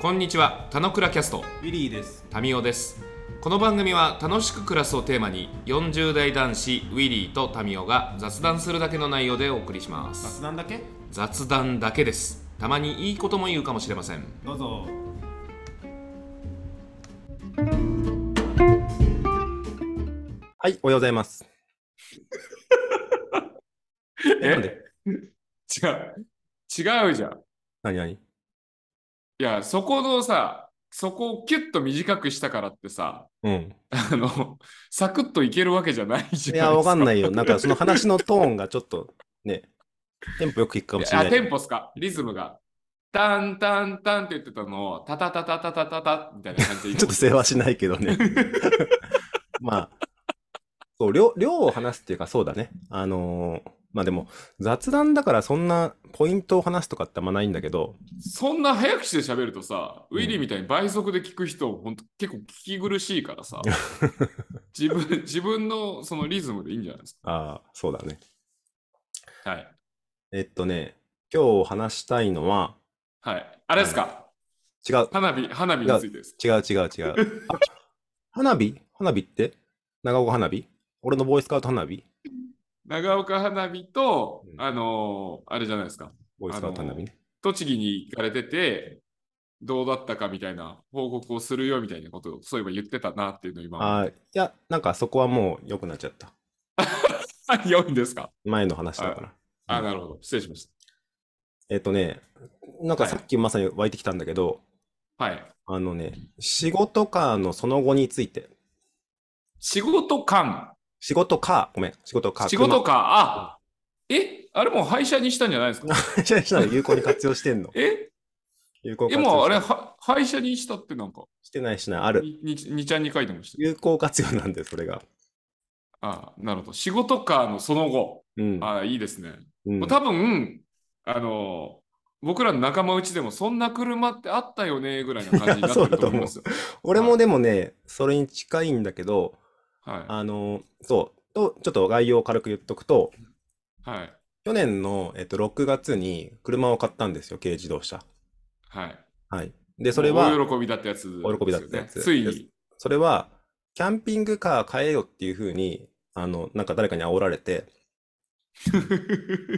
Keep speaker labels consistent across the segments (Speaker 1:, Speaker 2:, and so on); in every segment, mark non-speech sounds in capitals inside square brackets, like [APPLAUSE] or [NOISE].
Speaker 1: こんにちは、たのくらキャスト、
Speaker 2: ウィリーです。
Speaker 1: タミオです。この番組は楽しく暮らすをテーマに、40代男子ウィリーとタミオが雑談するだけの内容でお送りします。
Speaker 2: 雑談だけ
Speaker 1: 雑談だけです。たまにいいことも言うかもしれません。
Speaker 2: どうぞ。
Speaker 3: はい、おはようござ
Speaker 2: [LAUGHS]
Speaker 3: います。えなんで
Speaker 4: 違う。違うじゃん。
Speaker 3: 何何
Speaker 4: いや、そこのさ、そこをキュッと短くしたからってさ、
Speaker 3: うん。
Speaker 4: あの、サクッといけるわけじゃない
Speaker 3: い
Speaker 4: じゃん。
Speaker 3: や、わかんないよ。なんかその話のトーンがちょっとね、テンポよくいくかもしれ
Speaker 4: あ、
Speaker 3: ない。
Speaker 4: テンポっすかリズムが。タンタンタンって言ってたのを、タタタタタタタタみたいな感じで。
Speaker 3: [LAUGHS] ちょっと世話しないけどね。 [LAUGHS] まあ、そう量、量を話すっていうかそうだね。あのーまあでも雑談だからそんなポイントを話すとかってあんまないんだけど、
Speaker 4: そんな早口で喋るとさ、ウィリーみたいに倍速で聞く人、ほんと結構聞き苦しいからさ、
Speaker 3: [LAUGHS]
Speaker 4: 自分、自分のそのリズムでいいんじゃないです
Speaker 3: ああ、そうだね。
Speaker 4: か。はい。
Speaker 3: えっとね、今日話したいのは、
Speaker 4: はい。あれですか
Speaker 3: 違う、
Speaker 4: 花火、花火についてです。
Speaker 3: 違う違う
Speaker 4: [LAUGHS]
Speaker 3: 違う。あ花火花火って長岡花火俺のボーイスカウト花火
Speaker 4: 長岡花火と、
Speaker 3: うん
Speaker 4: あのーあれじゃないですか、
Speaker 3: ボーイスカウト花火ね。
Speaker 4: 栃木に行かれてて、どうだったかみたいな報告をするよみたいなことを、そういえば言ってたなっていうのを今、
Speaker 3: あーいや、なんかそこはもう良くなっちゃった。
Speaker 4: [LAUGHS] 読んですか、
Speaker 3: 前の話だから。
Speaker 4: あ、なるほど、失礼しまし
Speaker 3: えっとね、なんかさっきまさに湧いてきたんだけど、
Speaker 4: た。はい。
Speaker 3: あのね、仕事かのその後について。
Speaker 4: 仕事観、
Speaker 3: 仕事か、ごめん、仕事か。
Speaker 4: 仕事か、あえあれもう廃車にしたんじゃないです
Speaker 3: [LAUGHS]
Speaker 4: か。
Speaker 3: 車にしないで有効に活用してんの
Speaker 4: え
Speaker 3: 有効
Speaker 4: え、
Speaker 3: 活用して
Speaker 4: もうあれは、廃車にしたってなんか、
Speaker 3: してないしない、ある。
Speaker 4: にににちゃんに書いてました。
Speaker 3: 有効活用なんで、それが。
Speaker 4: あなるほど。仕事かのその後。
Speaker 3: うん。
Speaker 4: あいいですね。
Speaker 3: うん
Speaker 4: もう多分あの僕らの仲間内でもそんな車ってあったよねぐらいな感じになってると思い
Speaker 3: [LAUGHS]
Speaker 4: ますよ。
Speaker 3: 俺もでもね、それに近いんだけど、
Speaker 4: は
Speaker 3: あの、そう、と、ちょっと概要を軽く言っとくと、
Speaker 4: いはい
Speaker 3: 去年の、えっと、6月に車を買ったんですよ、軽自動車。
Speaker 4: はい。
Speaker 3: はい。で、それは、
Speaker 4: 大喜びだったやつ、
Speaker 3: 大喜びだったやつ
Speaker 4: ついに。 [LAUGHS]
Speaker 3: それは、キャンピングカー買えよっていうふうに、あの、なんか誰かに煽られて、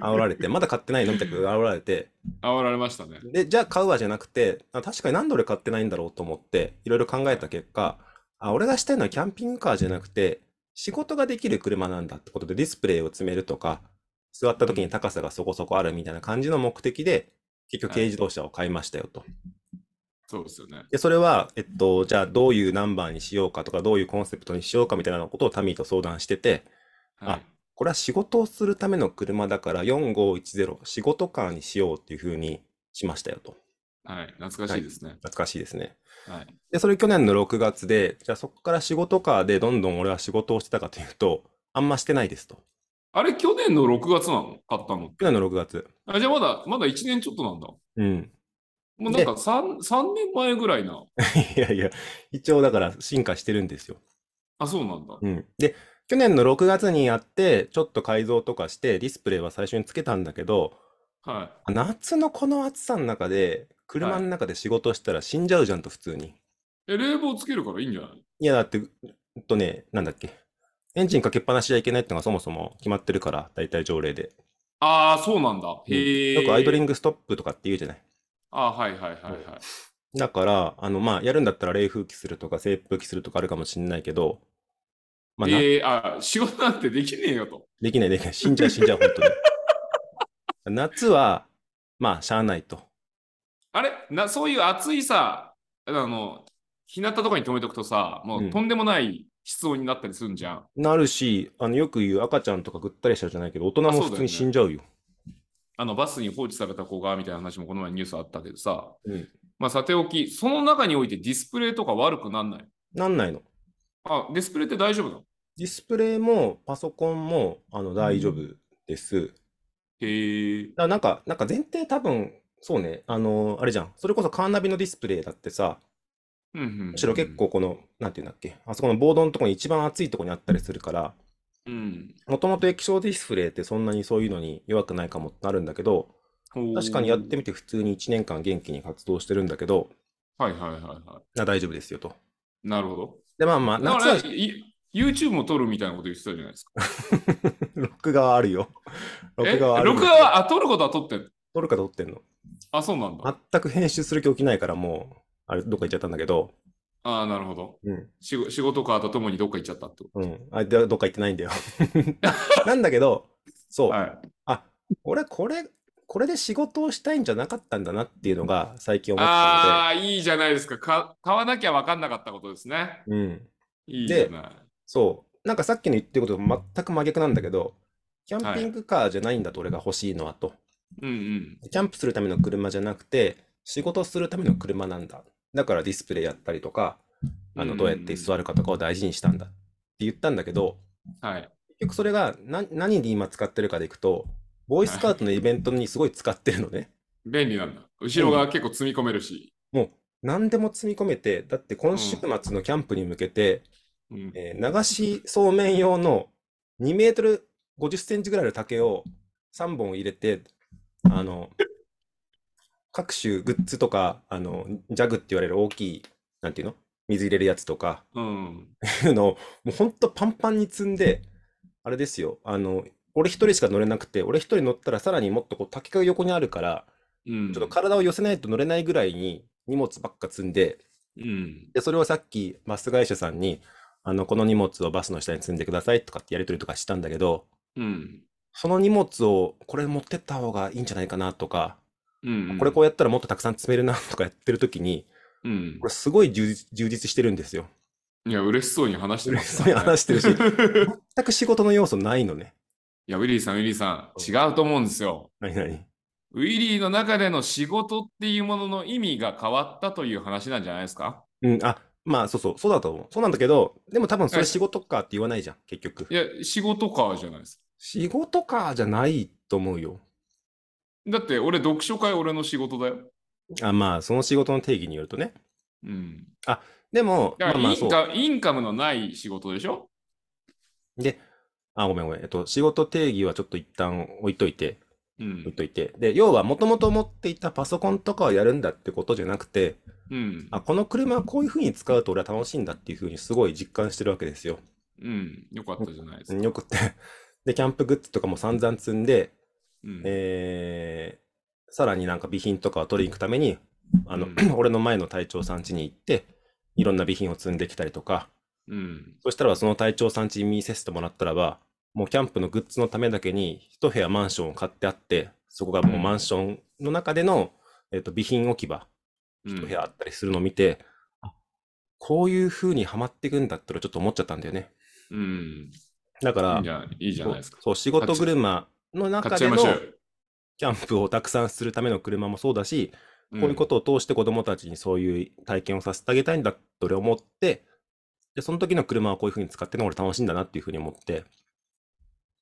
Speaker 3: 煽られて、まだ買ってないのみたいな煽られて、
Speaker 4: 煽られましたね。
Speaker 3: で、じゃあ買うわじゃなくて、あ確かになんで俺買ってないんだろうと思って、いろいろ考えた結果、あ、俺がしたいのはキャンピングカーじゃなくて、仕事ができる車なんだってことでディスプレイを詰めるとか、座った時に高さがそこそこあるみたいな感じの目的で、結局
Speaker 4: はい
Speaker 3: 軽自動車を買いましたよと。
Speaker 4: そうですよね。
Speaker 3: で、それは、えっと、じゃあどういうナンバーにしようかとか、どういうコンセプトにしようかみたいなことをタミーと相談してて、
Speaker 4: は
Speaker 3: あこれは仕事をするための車だから4510仕事カーにしようっていうふうにしましたよと。
Speaker 4: い。はい、懐かしいですね。
Speaker 3: 懐かしいですね。
Speaker 4: はい。
Speaker 3: で、それ去年の6月で、じゃあそこから仕事カーでどんどん俺は仕事をしてたかというと、あんましてないですと。
Speaker 4: あれ、去年の6月なの買ったの。
Speaker 3: 去年の6月。
Speaker 4: あじゃあまだ、まだ1年ちょっとなんだ。も
Speaker 3: うん。 [LAUGHS]
Speaker 4: うなんか 3, 3年前ぐらいな。
Speaker 3: いやいや、一応だから進化してるんですよ。
Speaker 4: あ、そうなんだ。
Speaker 3: うん。で、去年の6月にやって、ちょっと改造とかして、ディスプレイは最初につけたんだけど、
Speaker 4: はい。
Speaker 3: 夏のこの暑さの中で、車の中で仕事したら死んじゃうじゃんと普通に。
Speaker 4: え、冷房つけるからいいんじゃない
Speaker 3: いや、だって、えっとね、なんだっけ。エンジンかけっぱなしじゃいけないってのがそもそも決まってるから、大体条例で。
Speaker 4: ああ、そうなんだ。へえ。
Speaker 3: よくアイドリングストップとかって言うじゃない。
Speaker 4: あはいはいはいはい。
Speaker 3: だから、あの、まあ、やるんだったら冷風機するとか、扇風機するとかあるかもしれないけど、まあ、な
Speaker 4: えー、あ仕事なんてできねえよと。
Speaker 3: できないできない。死んじゃう死んじゃう、本当に。
Speaker 4: [LAUGHS]
Speaker 3: 夏は、まあ、しゃあないと。
Speaker 4: あれなそういう暑いさ、あの、日向とかに止めとくとさ、もううんとんでもない室温になったりするんじゃん。
Speaker 3: なるし、あの、よく言う赤ちゃんとかぐったりしちゃうじゃないけど、大人
Speaker 4: あそう
Speaker 3: も
Speaker 4: だよ
Speaker 3: 普
Speaker 4: ね
Speaker 3: 通に死んじゃうよ。
Speaker 4: あの、バスに放置された子がみたいな話もこの前ニュースあったけどさ、
Speaker 3: うん
Speaker 4: まあさておき、その中においてディスプレイとか悪くなんない。
Speaker 3: なんないの。
Speaker 4: あ、ディスプレイって大丈夫なの
Speaker 3: ディスプレイも、パソコンも、あの、大丈夫です。
Speaker 4: へえ。
Speaker 3: だからなんか、なんか前提多分、そうね、あのーあれじゃん。それこそカーナビのディスプレイだってさ、
Speaker 4: うんうん。
Speaker 3: むしろ結構この、なんていうんだっけ、あそこのボードのとこに一番熱いとこにあったりするから、
Speaker 4: うん。
Speaker 3: もともと液晶ディスプレイってそんなにそういうのに弱くないかもってなるんだけど、
Speaker 4: 確
Speaker 3: 確かにやってみて普通に1年間元気に活動してるんだけど、
Speaker 4: はいはいはいは
Speaker 3: あ大丈夫ですよと。
Speaker 4: い。なるほど。
Speaker 3: で、まあまあ、
Speaker 4: だか
Speaker 3: 夏
Speaker 4: ら、
Speaker 3: は [LAUGHS]
Speaker 4: い YouTube も撮るみたいなこと言ってたじゃないですか。
Speaker 3: 録画はあるよ。
Speaker 4: え
Speaker 3: 録画はある。
Speaker 4: 録画は、あ、撮ることは撮ってる。
Speaker 3: 撮るか撮ってんの。
Speaker 4: あ、そうなんだ。
Speaker 3: 全く編集する気起きないからもう、あれ、どっか行っちゃったんだけど、
Speaker 4: ああ、なるほど。
Speaker 3: うん。
Speaker 4: 仕事仕事かとともにどっか行っちゃったってこ
Speaker 3: うん。あ、でどっか行っ
Speaker 4: [LAUGHS]
Speaker 3: てないんだよ。なんだけど、そ
Speaker 4: と。
Speaker 3: う。
Speaker 4: はい。
Speaker 3: あ、俺、これ、これで仕事をしたいんじゃなかったんだなっていうのが最近思った
Speaker 4: ああー、いいじゃないですかか。買わなきゃ分かんなかったことですね。
Speaker 3: ので、うん。
Speaker 4: いいじゃない。
Speaker 3: そう。なんかさっきの言ってることと全く真逆なんだけど、キャンピングカーじゃないんだと俺が欲しいのはと。
Speaker 4: うんうん。
Speaker 3: キャンプするための車じゃなくて、仕事するための車なんだ。だからディスプレイやったりとか、あ
Speaker 4: う
Speaker 3: の
Speaker 4: ん
Speaker 3: どうやって座るかとかを大事にしたんだって言ったんだけど、
Speaker 4: はい。
Speaker 3: 結局それが何何に今使ってるかでいくと、ボーイスカウトのイベントにすごい使ってるのね。
Speaker 4: 便利なんだ。後ろが結構積み込めるし。
Speaker 3: もう何でも積み込めて、だって今週末のキャンプに向けて、
Speaker 4: うん、
Speaker 3: えー流しそうめん用の2メートル50センチぐらいの竹を3本入れて、あの、各種グッズとか、あの、ジャグって言われる大きい、なんていうの水入れるやつとか、
Speaker 4: うん。
Speaker 3: いうのを、もうほんとパンパンに積んで、あれですよ、あの、俺一人しか乗れなくて、俺一人乗ったらさらにもっとこう竹が横にあるから、
Speaker 4: うん。
Speaker 3: ちょっと体を寄せないと乗れないぐらいに荷物ばっか積んで、
Speaker 4: うん。
Speaker 3: で、それをさっきバス会社さんに、あの、この荷物をバスの下に積んでくださいとかってやり取りとかしたんだけど、
Speaker 4: うん。
Speaker 3: その荷物をこれ持ってった方がいいんじゃないかなとか、
Speaker 4: うん。
Speaker 3: これこうやったらもっとたくさん積めるなとかやってる時に、
Speaker 4: うん
Speaker 3: こ。れすごい充実充実してるんですよ。
Speaker 4: いや、嬉しそうに話してま
Speaker 3: 嬉し
Speaker 4: す
Speaker 3: そうに話してる
Speaker 4: [LAUGHS]
Speaker 3: し、
Speaker 4: い
Speaker 3: 全く仕事の要素ないのね。
Speaker 4: や、ウィリーさん、ウィリーさん、違うと思うんですよ。
Speaker 3: 何々。
Speaker 4: ウィリーの中での仕事っていうものの意味が変わったという話なんじゃないですか
Speaker 3: うん、あ、まあそうそう、そうだと思う。そうなんだけど、でも多分それ
Speaker 4: はい
Speaker 3: 仕事かって言わないじゃん、結局
Speaker 4: い。や、仕事かじゃないです
Speaker 3: 仕事かじゃないと思うよ。
Speaker 4: か。だって、俺、読書会俺の仕事だよ。
Speaker 3: あ、まあその仕事の定義によるとね。
Speaker 4: うん。
Speaker 3: でも、
Speaker 4: だから、
Speaker 3: まあまあ
Speaker 4: イ
Speaker 3: そ
Speaker 4: ン
Speaker 3: う。
Speaker 4: カインカムのない仕事でしょ
Speaker 3: で、あ、ごめんごめん。えっと、仕事定義はちょっと一旦置いといて、
Speaker 4: う
Speaker 3: 置い
Speaker 4: ん。
Speaker 3: といて。で、要はもともと持っていたパソコンとかをやるんだってことじゃなくて、
Speaker 4: うん。
Speaker 3: あ、この車はこういうふうに使うと俺は楽しいんだっていうふうにすごい実感してるわけですよ。
Speaker 4: うん。よかったじゃないです
Speaker 3: う
Speaker 4: か。
Speaker 3: んよくって。で、キャンプグッズとかも散々積んで、
Speaker 4: うん。
Speaker 3: えー、さらになんか備品とかを取りに行くために、あの、
Speaker 4: うん
Speaker 3: [CLEARS THROAT] 俺の前の隊長さん家に行って、いろんな備品を積んできたりとか、
Speaker 4: うん。
Speaker 3: そしたらばその隊長さんちに見せてもらったらば、もうキャンプのグッズのためだけに一部屋マンションを買ってあって、そこがもうマンションの中での、えっと備品置き場、
Speaker 4: うん
Speaker 3: 一部屋あったりするのを見て、あこういう風にはまっていくんだって俺ちょっと思っちゃったんだよね。
Speaker 4: うん。
Speaker 3: だから
Speaker 4: いい、じゃいいじゃないですか。
Speaker 3: そう、仕事車の
Speaker 4: 買
Speaker 3: 中
Speaker 4: っちゃい
Speaker 3: での
Speaker 4: ましょう
Speaker 3: キャンプをたくさんするための車もそうだし、
Speaker 4: よ。
Speaker 3: こういうことを通して子供たちにそういう体験をさせてあげたいんだと俺思って、で、その時の車はこういうふうに使ってるのが俺楽しいんだなっていうふうに思って、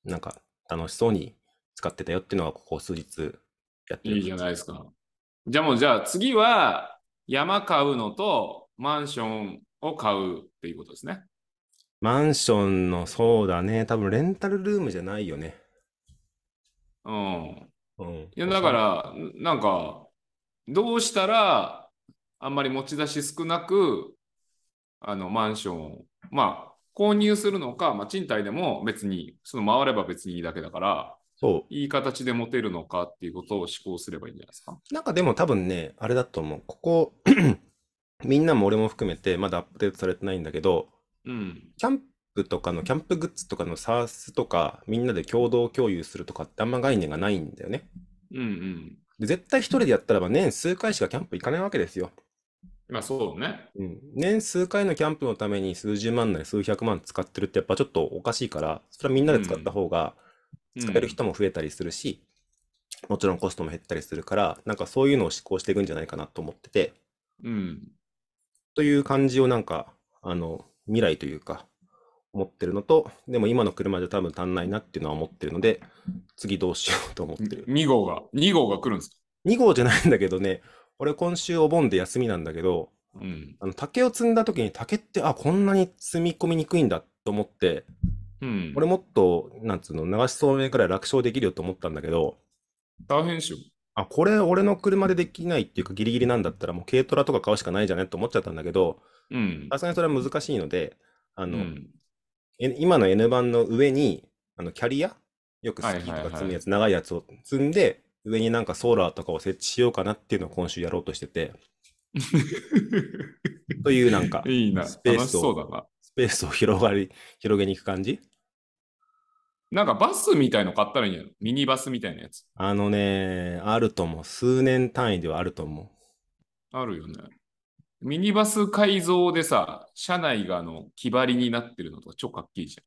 Speaker 3: なんか楽しそうに使ってたよっていうのがここ数日やっ
Speaker 4: う
Speaker 3: て
Speaker 4: ん
Speaker 3: る。
Speaker 4: いいじゃないですか。じゃあもう、じゃあ次は山買うのとマンションを買うっていうことですね。
Speaker 3: マンションの、そうだね、多分レンタルルームじゃないよね。
Speaker 4: うん。
Speaker 3: うん。
Speaker 4: いや、だか、ら、なんか、どうしたらあんまり持ち出し少なく、あの、マンションを、まあ、購入するのか、まあ、賃貸でも別に、その回れば別にいいだけだから、
Speaker 3: そ
Speaker 4: いい形で持てるのかっていうことを試行すればいいんじゃないですか。
Speaker 3: う。なんかでも多分ね、あれだと思う。ここ、 [CLEARS THROAT] みんなも俺も含めてまだアップデートされてないんだけど、
Speaker 4: うん。
Speaker 3: キャンプとかのキャンプグッズとかのサースとかみんなで共同共有するとかってあんま概念がないんだよね。
Speaker 4: うんうん。
Speaker 3: で絶対一人でやったらば年数回しかキャンプ行かないわけですよ。
Speaker 4: まあ、そうね。
Speaker 3: うん、年数回のキャンプのために数十万なり数百万使ってるってやっぱちょっとおかしいからそれはみんなで使った方が
Speaker 4: うん
Speaker 3: 使える人も増えたりするし、もちろんコストも減ったりするからなんかそういうのを施行していくんじゃないかなと思ってて
Speaker 4: うん。
Speaker 3: という感じをなんかあの未来というか思ってるのとでも今の車じゃ多分足んないなっていうのは思ってるので次どうしようと思ってる
Speaker 4: 2号が、2号が来るんですか
Speaker 3: 2号じゃないんだけどね俺今週お盆で休みなんだけど
Speaker 4: うん。
Speaker 3: あの竹を積んだ時に竹ってあこんなに積み込みにくいんだと思って
Speaker 4: うん。
Speaker 3: 俺もっとなんつうの流しそうめんくらい楽勝できるよと思ったんだけど
Speaker 4: 大変でしょ。
Speaker 3: あ、これ俺の車でできないっていうかギリギリなんだったらもう軽トラとか買うしかないじゃねと思っちゃったんだけど、
Speaker 4: うん。
Speaker 3: さすがにそれは難しいので、あ
Speaker 4: う
Speaker 3: の、
Speaker 4: ん。、
Speaker 3: え今の N 版の上に、あのキャリアよくスキーとか積むやつ、長いやつを積んで、上になんかソーラーとかを設置しようかなっていうのを今週やろうとして [LAUGHS] て、というなんか
Speaker 4: いいな。
Speaker 3: スペー
Speaker 4: 楽し
Speaker 3: スを
Speaker 4: そうだな。
Speaker 3: スペースを広がり、広げに行く感じ
Speaker 4: なんかバスみたいの買ったらいいんじゃないミニバスみたいなやつ。
Speaker 3: あのね、あると思う。数年単位ではあると思
Speaker 4: あるよね。ミニバス改造でさ、車内があの木張りになってるのとか超かっけいいじ
Speaker 3: う。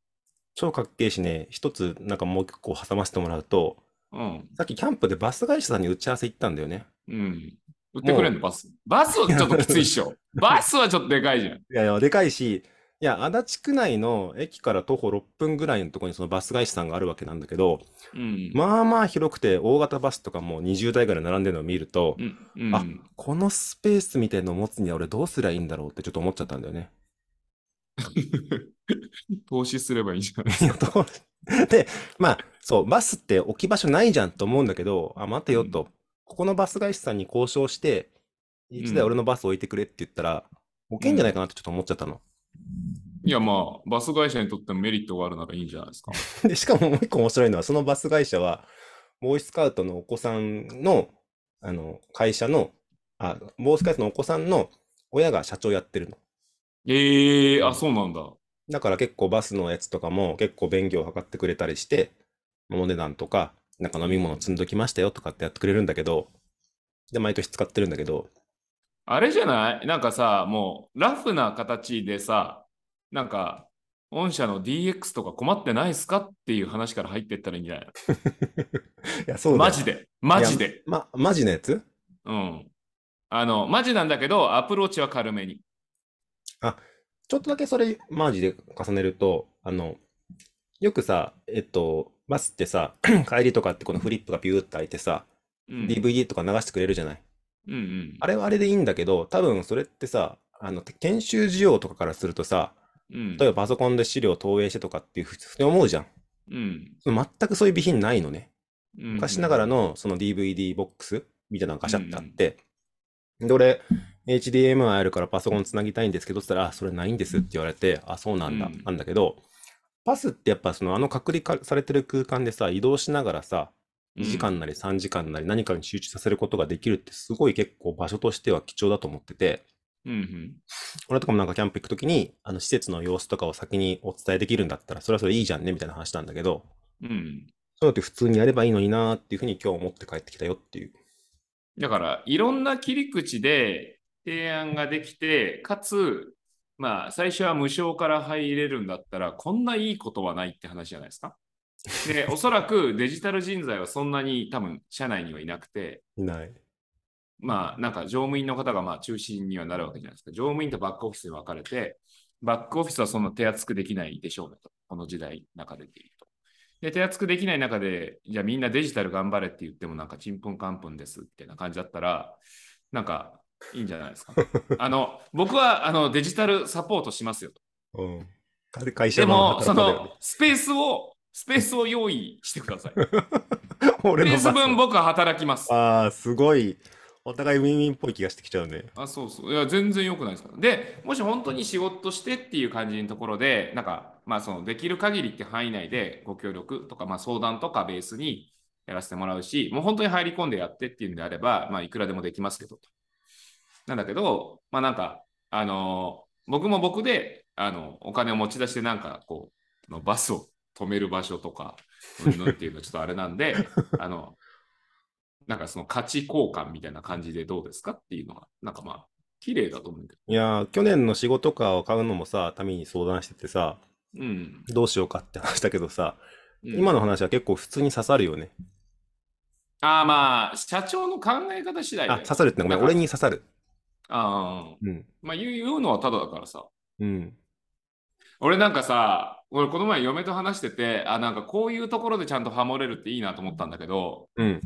Speaker 3: 超かっけえしね、一つなんかもう一個挟ませてもらうと、
Speaker 4: ゃん。
Speaker 3: さっきキャンプでバス会社さんに打ち合わせ行ったんだよね。
Speaker 4: うん。うん。売ってくれんのバス。バスはちょっときついっ
Speaker 3: [LAUGHS]
Speaker 4: しょ。バスはちょっとでかいじゃん。
Speaker 3: いやいや、でかいし、いや、足立区内の駅から徒歩6分ぐらいのところにそのバス会社さんがあるわけなんだけど、
Speaker 4: うん。
Speaker 3: まあまあ広くて大型バスとかもう20台ぐらい並んでるのを見ると、
Speaker 4: うん。うん
Speaker 3: あこのスペースみたいのを持つには俺どうすりゃいいんだろうってちょっと思っちゃったんだよね。
Speaker 4: [LAUGHS]
Speaker 3: [LAUGHS]
Speaker 4: 投資すればいいじゃん。
Speaker 3: いやどう [LAUGHS] で、まあそう、バスって置き場所ないじゃんと思うんだけど、あ、待てよと、ここのバス会社さんに交渉して、一台俺のバス置いてくれって言ったら、置けんじゃないかなってちょっと思っちゃったの。
Speaker 4: いやまあ、バス会社にとってもメリットがあるならいいんじゃないですか。
Speaker 3: [LAUGHS] で、しかももう一個面白いのは、そのバス会社は、ボーイスカウトのお子さんの、あの、会社の、あ、ボーイスカウトのお子さんの親が社長やってるの。
Speaker 4: ええあ、そうなんだ。
Speaker 3: だから結構バスのやつとかも結構便宜を図ってくれたりして、お値段とか、なんか飲み物積んどきましたよとかってやってくれるんだけど、で、毎年使ってるんだけど、
Speaker 4: あれじゃないなんかさ、もうラフな形でさ、なんか、御社の DX とか困ってないですかっていう話から入ってったらいいんじゃない
Speaker 3: いや、そうだ
Speaker 4: マ
Speaker 3: よ
Speaker 4: ジで、マジで。
Speaker 3: ま、マジのやつ
Speaker 4: うん。あの、マジなんだけど、アプローチは軽めに。
Speaker 3: ちょっとだけそれ、マジで重ねると、あの、よくさ、えっと、バスってさ、 [CLEARS THROAT] 帰りとかってこのフリップがビューって開いてさ、
Speaker 4: うん。
Speaker 3: DVD とか流してくれるじゃない。
Speaker 4: うんうん
Speaker 3: あれはあれでいいんだけど、多分それってさ、あの、研修需要とかからするとさ、
Speaker 4: うん
Speaker 3: 例えばパソコンで資料を投影してとかっていうふうに思うじゃん。
Speaker 4: うん
Speaker 3: 全くそういう備品ないのね。
Speaker 4: うん
Speaker 3: 昔ながらのその DVD ボックスみたいなのがガシャってあって、で、俺、HDMI あるからパソコンつなぎたいんですけどって言ったら、あ、それないんですって言われて、あ、そうなんだ
Speaker 4: うん、
Speaker 3: なんだけど、パスってやっぱそのあの隔離かされてる空間でさ、移動しながらさ、2時間なり3時間なり何かに集中させることができるってすごい結構場所としては貴重だと思ってて、
Speaker 4: うんうん
Speaker 3: 俺とかもなんかキャンプ行くときに、あの施設の様子とかを先にお伝えできるんだったら、それはそれいいじゃんねみたいな話なんだけど、
Speaker 4: うん
Speaker 3: そういうのって普通にやればいいのになーっていうふうに今日思って帰ってきたよっていう。
Speaker 4: だから、いろんな切り口で提案ができて、かつ、まあ、最初は無償から入れるんだったら、こんないいことはないって話じゃないですか。で、おそらくデジタル人材はそんなに多分、社内にはいなくて、
Speaker 3: いない。
Speaker 4: まあ、なんか乗務員の方がまあ中心にはなるわけじゃないですか。乗務員とバックオフィスに分かれて、バックオフィスはそんな手厚くできないでしょうねと、この時代、中でっていうと。で、手厚くできない中で、じゃあみんなデジタル頑張れって言っても、なんかちんぷんかんぷんですみたいな感じだったら、なんかいいんじゃないです
Speaker 3: [LAUGHS]
Speaker 4: か。あの僕はあのデジタルサポートしますよと。
Speaker 3: うん。会会社
Speaker 4: でも、そ
Speaker 3: 働き方だよ
Speaker 4: のスペースを、スペースを用意してください。ス
Speaker 3: ね [LAUGHS] 俺
Speaker 4: ペー
Speaker 3: のバ
Speaker 4: ス
Speaker 3: ス
Speaker 4: 分僕は働きます。
Speaker 3: ああ、すごい。お互いウィンウィンっぽい気がしてきちゃうね。
Speaker 4: あ、そうそう。いや、全然良くないですから。で、もし本当に仕事してっていう感じのところで、なんか、まあ、その、できる限りって範囲内でご協力とか、まあ、相談とかベースにやらせてもらうし、もう本当に入り込んでやってっていうんであれば、まあ、いくらでもできますけど、と。なんだけど、まあ、なんか、あのー僕も僕で、あの、お金を持ち出して、なんか、こう、のバスを止める場所とか、うんぬんっていうのはちょっとあれなんで、あの、なんかその価値交換みたいな感じでどうですかっていうのが、なんかまあ、綺麗だと思うけ
Speaker 3: いやー、去年の仕事カーを買うのもさ、ために相談しててさ、
Speaker 4: ど。うん。
Speaker 3: どうしようかって話だけどさ、
Speaker 4: うん
Speaker 3: 今の話は結構普通に刺さるよね。
Speaker 4: ああまあ、社長の考え方次第だ
Speaker 3: あ、
Speaker 4: よ
Speaker 3: 刺さるってのはごめん、
Speaker 4: なんか
Speaker 3: 俺に刺さる。
Speaker 4: ああ
Speaker 3: うん。
Speaker 4: まあ言う言うのはただだからさ。
Speaker 3: うん。
Speaker 4: 俺なんかさ、俺この前嫁と話してて、あ、なんかこういうところでちゃんとハモれるっていいなと思ったんだけど、
Speaker 3: うん。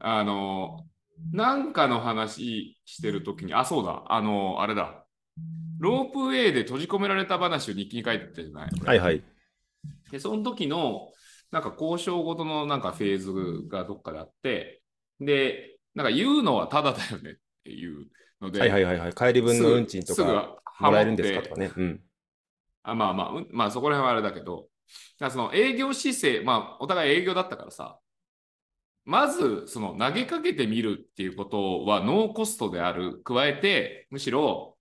Speaker 4: あの、なんかの話してるときに、あ、そうだ、あの、あれだ。ロープウェイで閉じ込められた話を日記に書いてたじゃない
Speaker 3: はいはい。
Speaker 4: で、その時の、なんか交渉ごとのなんかフェーズがどっかであって、で、なんか言うのはタダだよねっていうので、
Speaker 3: はいはいはいはい。帰り分の運賃と
Speaker 4: すぐ
Speaker 3: かもらえるんですかとかね。うん。
Speaker 4: あまあまあ、うんまあそこら辺はあれだけど、だからその営業姿勢、まあお互い営業だったからさ、まずその投げかけてみるっていうことはノーコストである、加えてむしろ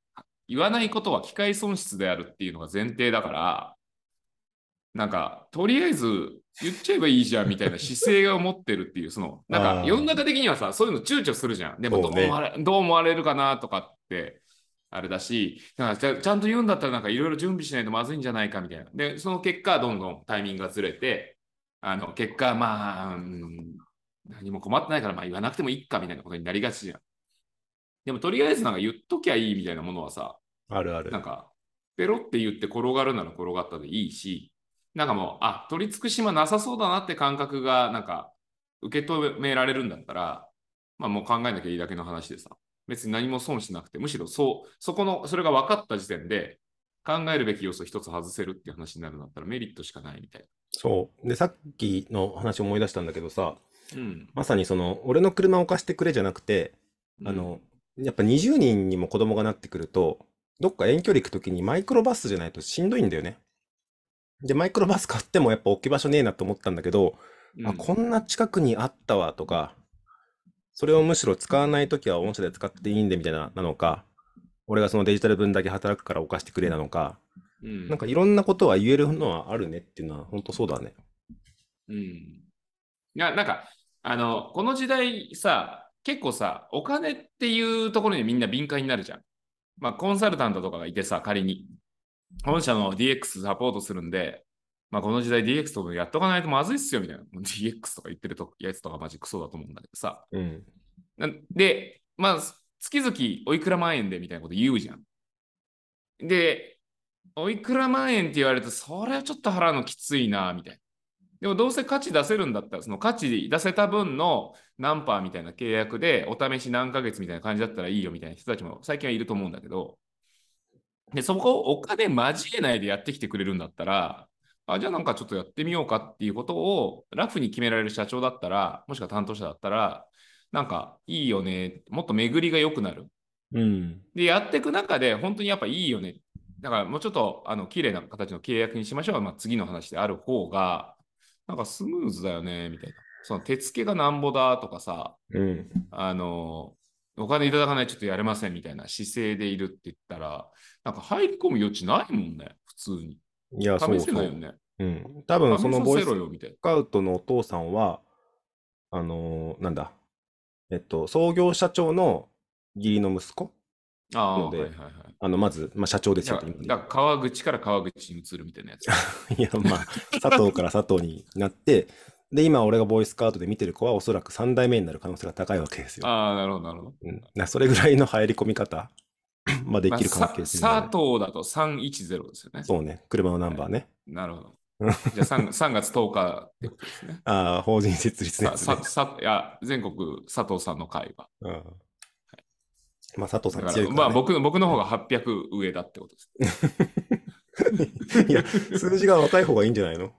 Speaker 4: 言わないことは機械損失であるっていうのが前提だから、なんかとりあえず言っちゃえばいいじゃんみたいな姿勢が持ってるっていう、そのなん
Speaker 3: あ
Speaker 4: か
Speaker 3: ー
Speaker 4: 世の中的にはさ、そういうの躊躇するじゃん。でもど
Speaker 3: そううね
Speaker 4: 思われ、どう思われるかなとかって。あれだし、だからちゃちゃんと言うんだったらなんかいろいろ準備しないとまずいんじゃないかみたいな。で、その結果、どんどんタイミングがずれて、あの結果、まあ、うん何も困ってないからまあ言わなくてもいいかみたいなことになりがちじゃん。でもとりあえずなんか言っときゃいいみたいなものはさ、
Speaker 3: あるある
Speaker 4: なん。か、ペロって言って転がるなら転がったでいいし、なんかもう、あ、取り付く島なさそうだなって感覚が、なんか、受け止められるんだったら、まあもう考えなきゃいいだけの話でさ、別に何も損しなくて、むしろそう、そこの、それが分かった時点で、考えるべき要素一つ外せるっていう話になるんだったらメリットしかないみたい
Speaker 3: そう。で、さっきの話思い出したんだけどさ、
Speaker 4: な。うん。
Speaker 3: まさにその、俺の車を貸してくれじゃなくて、あの、やっぱ20人にも子供がなってくると、どっか遠距離行くときにマイクロバスじゃないとしんどいんだよね。で、マイクロバス買ってもやっぱ置き場所ねえなと思ったんだけど、
Speaker 4: うん、
Speaker 3: あ、こんな近くにあったわとか、それをむしろ使わないときは御社で使っていいんでみたいな、なのか、俺がそのデジタル分だけ働くから置かしてくれなのか、
Speaker 4: うん、
Speaker 3: なんかいろんなことは言えるのはあるねっていうのは本当そうだね。
Speaker 4: うん。いや、なんか、あの、この時代さ、結構さ、お金っていうところにみんな敏感になるじゃん。まあ、コンサルタントとかがいてさ、仮に。本社の DX サポートするんで、まあ、この時代 DX とかやっとかないとまずいっすよ、みたいな。もう DX とか言ってるとやつとかマジクソだと思うんだけどさ。
Speaker 3: うん。
Speaker 4: なんで、まあ、月々おいくら万円でみたいなこと言うじゃん。で、おいくら万円って言われると、それはちょっと払うのきついな、みたいな。でもどうせ価値出せるんだったら、その価値出せた分の何パーみたいな契約で、お試し何ヶ月みたいな感じだったらいいよみたいな人たちも最近はいると思うんだけど、で、そこをお金交えないでやってきてくれるんだったら、あじゃあなんかちょっとやってみようかっていうことをラフに決められる社長だったら、もしくは担当者だったら、なんかいいよね、もっと巡りが良くなる。
Speaker 3: うん。
Speaker 4: で、やっていく中で、本当にやっぱいいよね。だからもうちょっと、あの、綺麗な形の契約にしましょう。まあ、次の話である方が、なんかスムーズだよね、みたいな。その手付けがなんぼだとかさ、
Speaker 3: うん。
Speaker 4: あの、お金いただかないとちょっとやれませんみたいな姿勢でいるって言ったら、なんか入り込む余地ないもんね、普通に。
Speaker 3: いや、そう
Speaker 4: 試せ
Speaker 3: そ
Speaker 4: ないよ
Speaker 3: う。
Speaker 4: ね。
Speaker 3: うん。多分そのボイ
Speaker 4: 試
Speaker 3: ス
Speaker 4: させろよ、みたい
Speaker 3: スカウトのお父さんは、あのーなんだ、えっと、創業社長の義理の息子
Speaker 4: な。ああ、
Speaker 3: の
Speaker 4: は
Speaker 3: で
Speaker 4: いはいはい。
Speaker 3: あの、まず、まあ、社長です
Speaker 4: だ
Speaker 3: よ
Speaker 4: か
Speaker 3: ね
Speaker 4: ら、
Speaker 3: 今ね
Speaker 4: だから川口から川口に移るみたいなやつ。
Speaker 3: [LAUGHS] いや、まあ、佐藤から佐藤になって、で、今、俺がボーイスカウトで見てる子は、おそらく3代目になる可能性が高いわけですよ。
Speaker 4: ああ、なるほど、なるほど。
Speaker 3: うん、なそれぐらいの入り込み方 [COUGHS] まあで
Speaker 4: まあ
Speaker 3: きる関係性
Speaker 4: さ
Speaker 3: だね
Speaker 4: 佐藤だと310ですよね。
Speaker 3: そうね、車のナンバーね。
Speaker 4: なるほど
Speaker 3: うん。
Speaker 4: じゃあ 3, [LAUGHS] 3月10日ってことですね。
Speaker 3: ああ、法人設立で
Speaker 4: さ
Speaker 3: すね
Speaker 4: さ。さいや全国佐藤さんの会は。
Speaker 3: うんまあ、佐藤
Speaker 4: だか
Speaker 3: さん
Speaker 4: ら
Speaker 3: 強いから、
Speaker 4: ま
Speaker 3: ね。
Speaker 4: あ僕の僕の方が800上だってことです。
Speaker 3: いや、数字が若い方がいいんじゃないの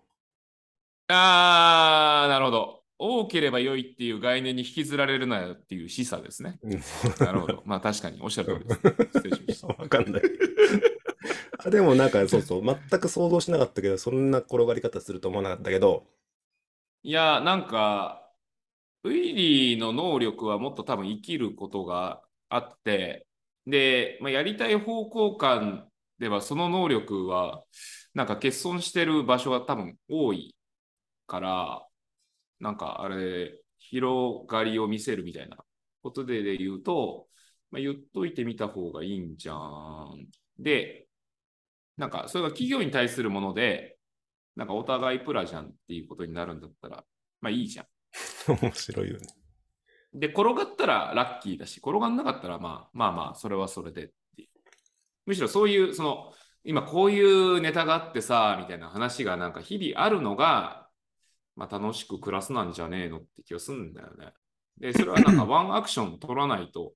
Speaker 4: あー、なるほど。多ければ良いっていう概念に引きずられるなよっていう示唆ですね。
Speaker 3: うん
Speaker 4: なるほど。まあ確かにおっしゃる通り
Speaker 3: [LAUGHS]
Speaker 4: です。失礼しました。
Speaker 3: わかんない。 [LAUGHS] あでもなんかそうそう、全く想像しなかったけど、そんな転がり方すると思わなかったけど、 [LAUGHS]
Speaker 4: いやー、なんか、ウィリーの能力はもっと多分生きることがあって、で、まあ、やりたい方向感ではその能力は、なんか欠損してる場所が多分多いから、なんかあれ、広がりを見せるみたいなことでで言うと、まあ、言っといてみた方がいいんじゃん。で、なんかそれが企業に対するもので、なんかお互いプラじゃんっていうことになるんだったら、まあいいじゃん。
Speaker 3: 面白いよね。
Speaker 4: で、転がったらラッキーだし、転がんなかったら、まあまあまあ、それはそれでっていう。むしろそういう、その、今こういうネタがあってさ、みたいな話がなんか日々あるのが、まあ楽しく暮らすなんじゃねえのって気がするんだよね。で、それはなんかワンアクション取らないと、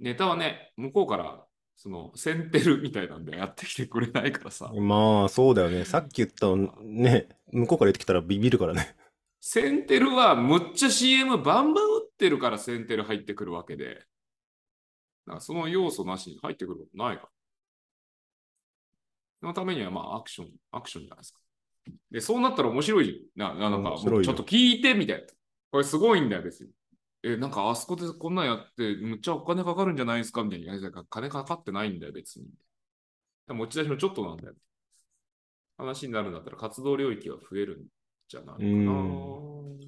Speaker 4: ネタはね、向こうから、その、先手るみたいなんでやってきてくれないからさ。
Speaker 3: まあ、そうだよね。さっき言ったのね、向こうから言ってきたらビビるからね。
Speaker 4: センテルはむっちゃ CM バンバン打ってるからセンテル入ってくるわけで、なんかその要素なしに入ってくることないから。そのためには、まあ、アクション、アクションじゃないですか。で、そうなったら面白いじゃんな、ななんか、
Speaker 3: 面
Speaker 4: ち
Speaker 3: 白
Speaker 4: ょ
Speaker 3: い
Speaker 4: っ
Speaker 3: よ
Speaker 4: と聞いてみたいな。これすごいんだよ、別に。え、なんかあそこでこんなんやって、むっちゃお金かかるんじゃないですかみたいな。いやだから金かかってないんだよ、別に。でも持ち出しもちょっとなんだよ。話になるんだったら活動領域は増えるんじゃないかな。
Speaker 3: うん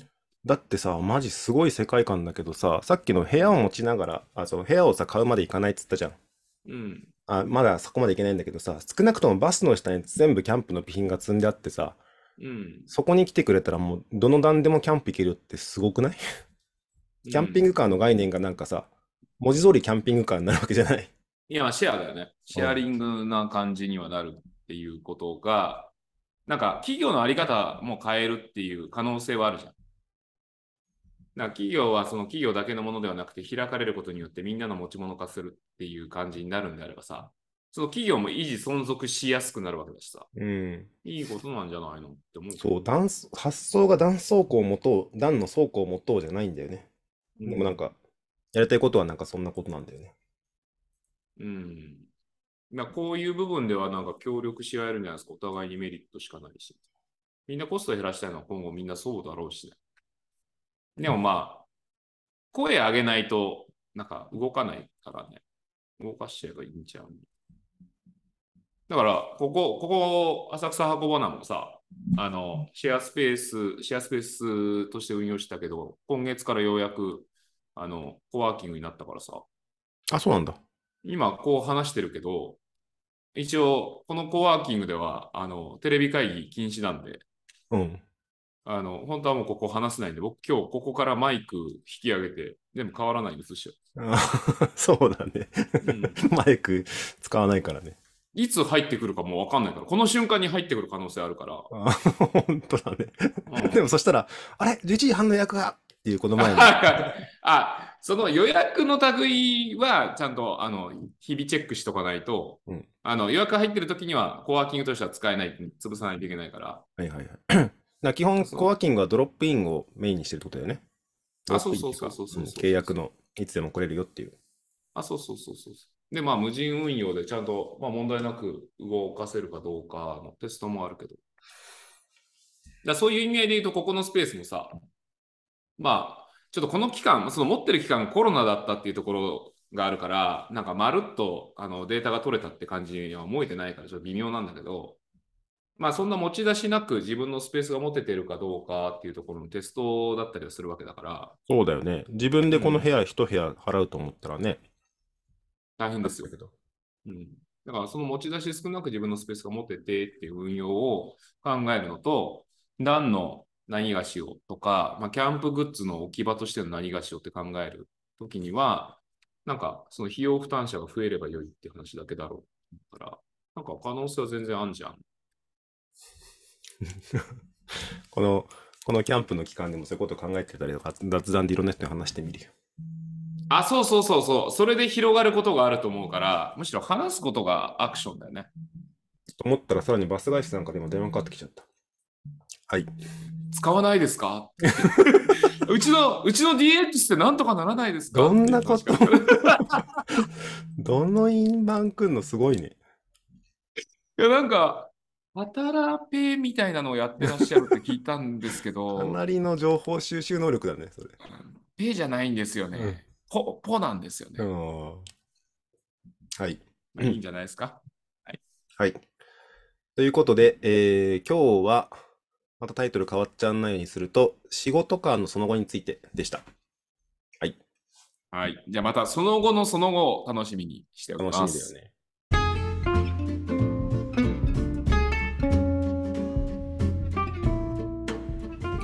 Speaker 3: だってさ、マジすごい世界観だけどさ、さっきの部屋を持ちながら、あ、そう、部屋をさ、買うまで行かないっつったじゃん。
Speaker 4: うん。
Speaker 3: あ、まだそこまで行けないんだけどさ、少なくともバスの下に全部キャンプの備品が積んであってさ、
Speaker 4: うん。
Speaker 3: そこに来てくれたらもう、どの段でもキャンプ行けるってすごくないキャンピン
Speaker 4: グ、
Speaker 3: グカーの概念がなんかさ、文字通りキャンピングカーになるわけじゃない。
Speaker 4: いや、シェアだよね。シェアリングな感じにはなるっていうことが、なんか企業のあり方も変えるっていう可能性はあるじゃん。なんか企業はその企業だけのものではなくて開かれることによってみんなの持ち物化するっていう感じになるんであればさ、その企業も維持存続しやすくなるわけだしさ、
Speaker 3: うん。
Speaker 4: いいことなんじゃないのって思う。
Speaker 3: そう、段す、発想が段走行を持とう、段の走行を持とうじゃないんだよね。
Speaker 4: うん
Speaker 3: でもなんか、やりたいことはなんかそんなことなんだよね。
Speaker 4: うん。まあこういう部分ではなんか協力し合えるんじゃないですか。お互いにメリットしかないし。みんなコスト減らしたいのは今後みんなそうだろうしね。でもまあ、声上げないとなんか動かないからね。動かしちゃえばいいんちゃうだから、ここ、ここ、浅草箱花もさ、あの、シェアスペース、シェアスペースとして運用してたけど、今月からようやく、あの、コワーキングになったからさ、
Speaker 3: あ、そうなんだ。
Speaker 4: 今こう話してるけど、一応このコワーキングではあのテレビ会議禁止なんで、
Speaker 3: うん。
Speaker 4: あの本当はもうここ話せないんで、僕今日ここからマイク引き上げて、全部変わらないんですし
Speaker 3: あ [LAUGHS] そうだね。
Speaker 4: ょ、うん
Speaker 3: マイク使わないからね。
Speaker 4: いつ入ってくるかもう分かんないから、この瞬間に入ってくる可能性あるから、
Speaker 3: あ本当だね。
Speaker 4: うん
Speaker 3: でもそしたら、あれ ?11 時半の予約がっていうこの前の。
Speaker 4: [LAUGHS] あ、その予約の類は、ちゃんと、あの、日々チェックしとかないと、
Speaker 3: うん
Speaker 4: あの、予約入ってる時には、コワーキングとしては使えない、潰さないといけないから、
Speaker 3: はいはいはい。だから基本、
Speaker 4: そう
Speaker 3: コワーキングはドロップインをメインにしてるってことだよね。
Speaker 4: あ
Speaker 3: ドロップインっていか
Speaker 4: そうそうそうそうそうそう
Speaker 3: 契約の、いつでも来れるよっていう。
Speaker 4: あ、そうそうそうそうそう。で、まあ、無人運用でちゃんと、まあ、問題なく動かせるかどうかのテストもあるけど。だそういう意味合いで言うと、ここのスペースもさ、まあ、ちょっとこの期間、その持ってる期間コロナだったっていうところがあるから、なんかまるっとあのデータが取れたって感じには思えてないから、ちょっと微妙なんだけど、まあそんな持ち出しなく自分のスペースが持ててるかどうかっていうところのテストだったりはするわけだから、
Speaker 3: そうだよね。自分でこの部屋一部屋払うと思ったらね。
Speaker 4: 大変ですよ
Speaker 3: だ。けど。
Speaker 4: うんだからその持ち出し少なく自分のスペースが持ててっていう運用を考えるのと、何の何がしをとか、まあ、キャンプグッズの置き場としての何がしをって考えるときには、なんかその費用負担者が増えれば良いって話だけだろうから、なんか可能性は全然あんじゃん。
Speaker 3: この、このキャンプの期間でもそういうこと考えてたりとか、雑談でいろんな人に話してみるよ。
Speaker 4: あ、そうそうそうそう、それで広がることがあると思うから、むしろ話すことがアクションだよね。
Speaker 3: と思ったら、さらにバス会社さんから今電話かかってきちゃった。はい。
Speaker 4: 使わないです
Speaker 3: [LAUGHS]
Speaker 4: かうちの、うちの DX ってなんとかならないですか
Speaker 3: どんなことどの印判くんのすごいね。
Speaker 4: いや、なんか、パタラペみたいなのをやってらっしゃるって聞いたんですけ
Speaker 3: か
Speaker 4: ど、
Speaker 3: なりの情報収集能力だね、それ。
Speaker 4: ペじゃないんですよね。
Speaker 3: うん
Speaker 4: ポ、ポなんですよ
Speaker 3: う
Speaker 4: ね。
Speaker 3: ん。はい。
Speaker 4: まあいいんじゃないですか。
Speaker 3: はい。ということで、えー今日は、またタイトル変わっちゃわないようにすると、仕事間のその後についてでした。
Speaker 4: はい。じゃあまたその後のその後を楽しみにしており
Speaker 3: 楽
Speaker 4: ま
Speaker 3: しみ
Speaker 4: す。
Speaker 3: だよね。今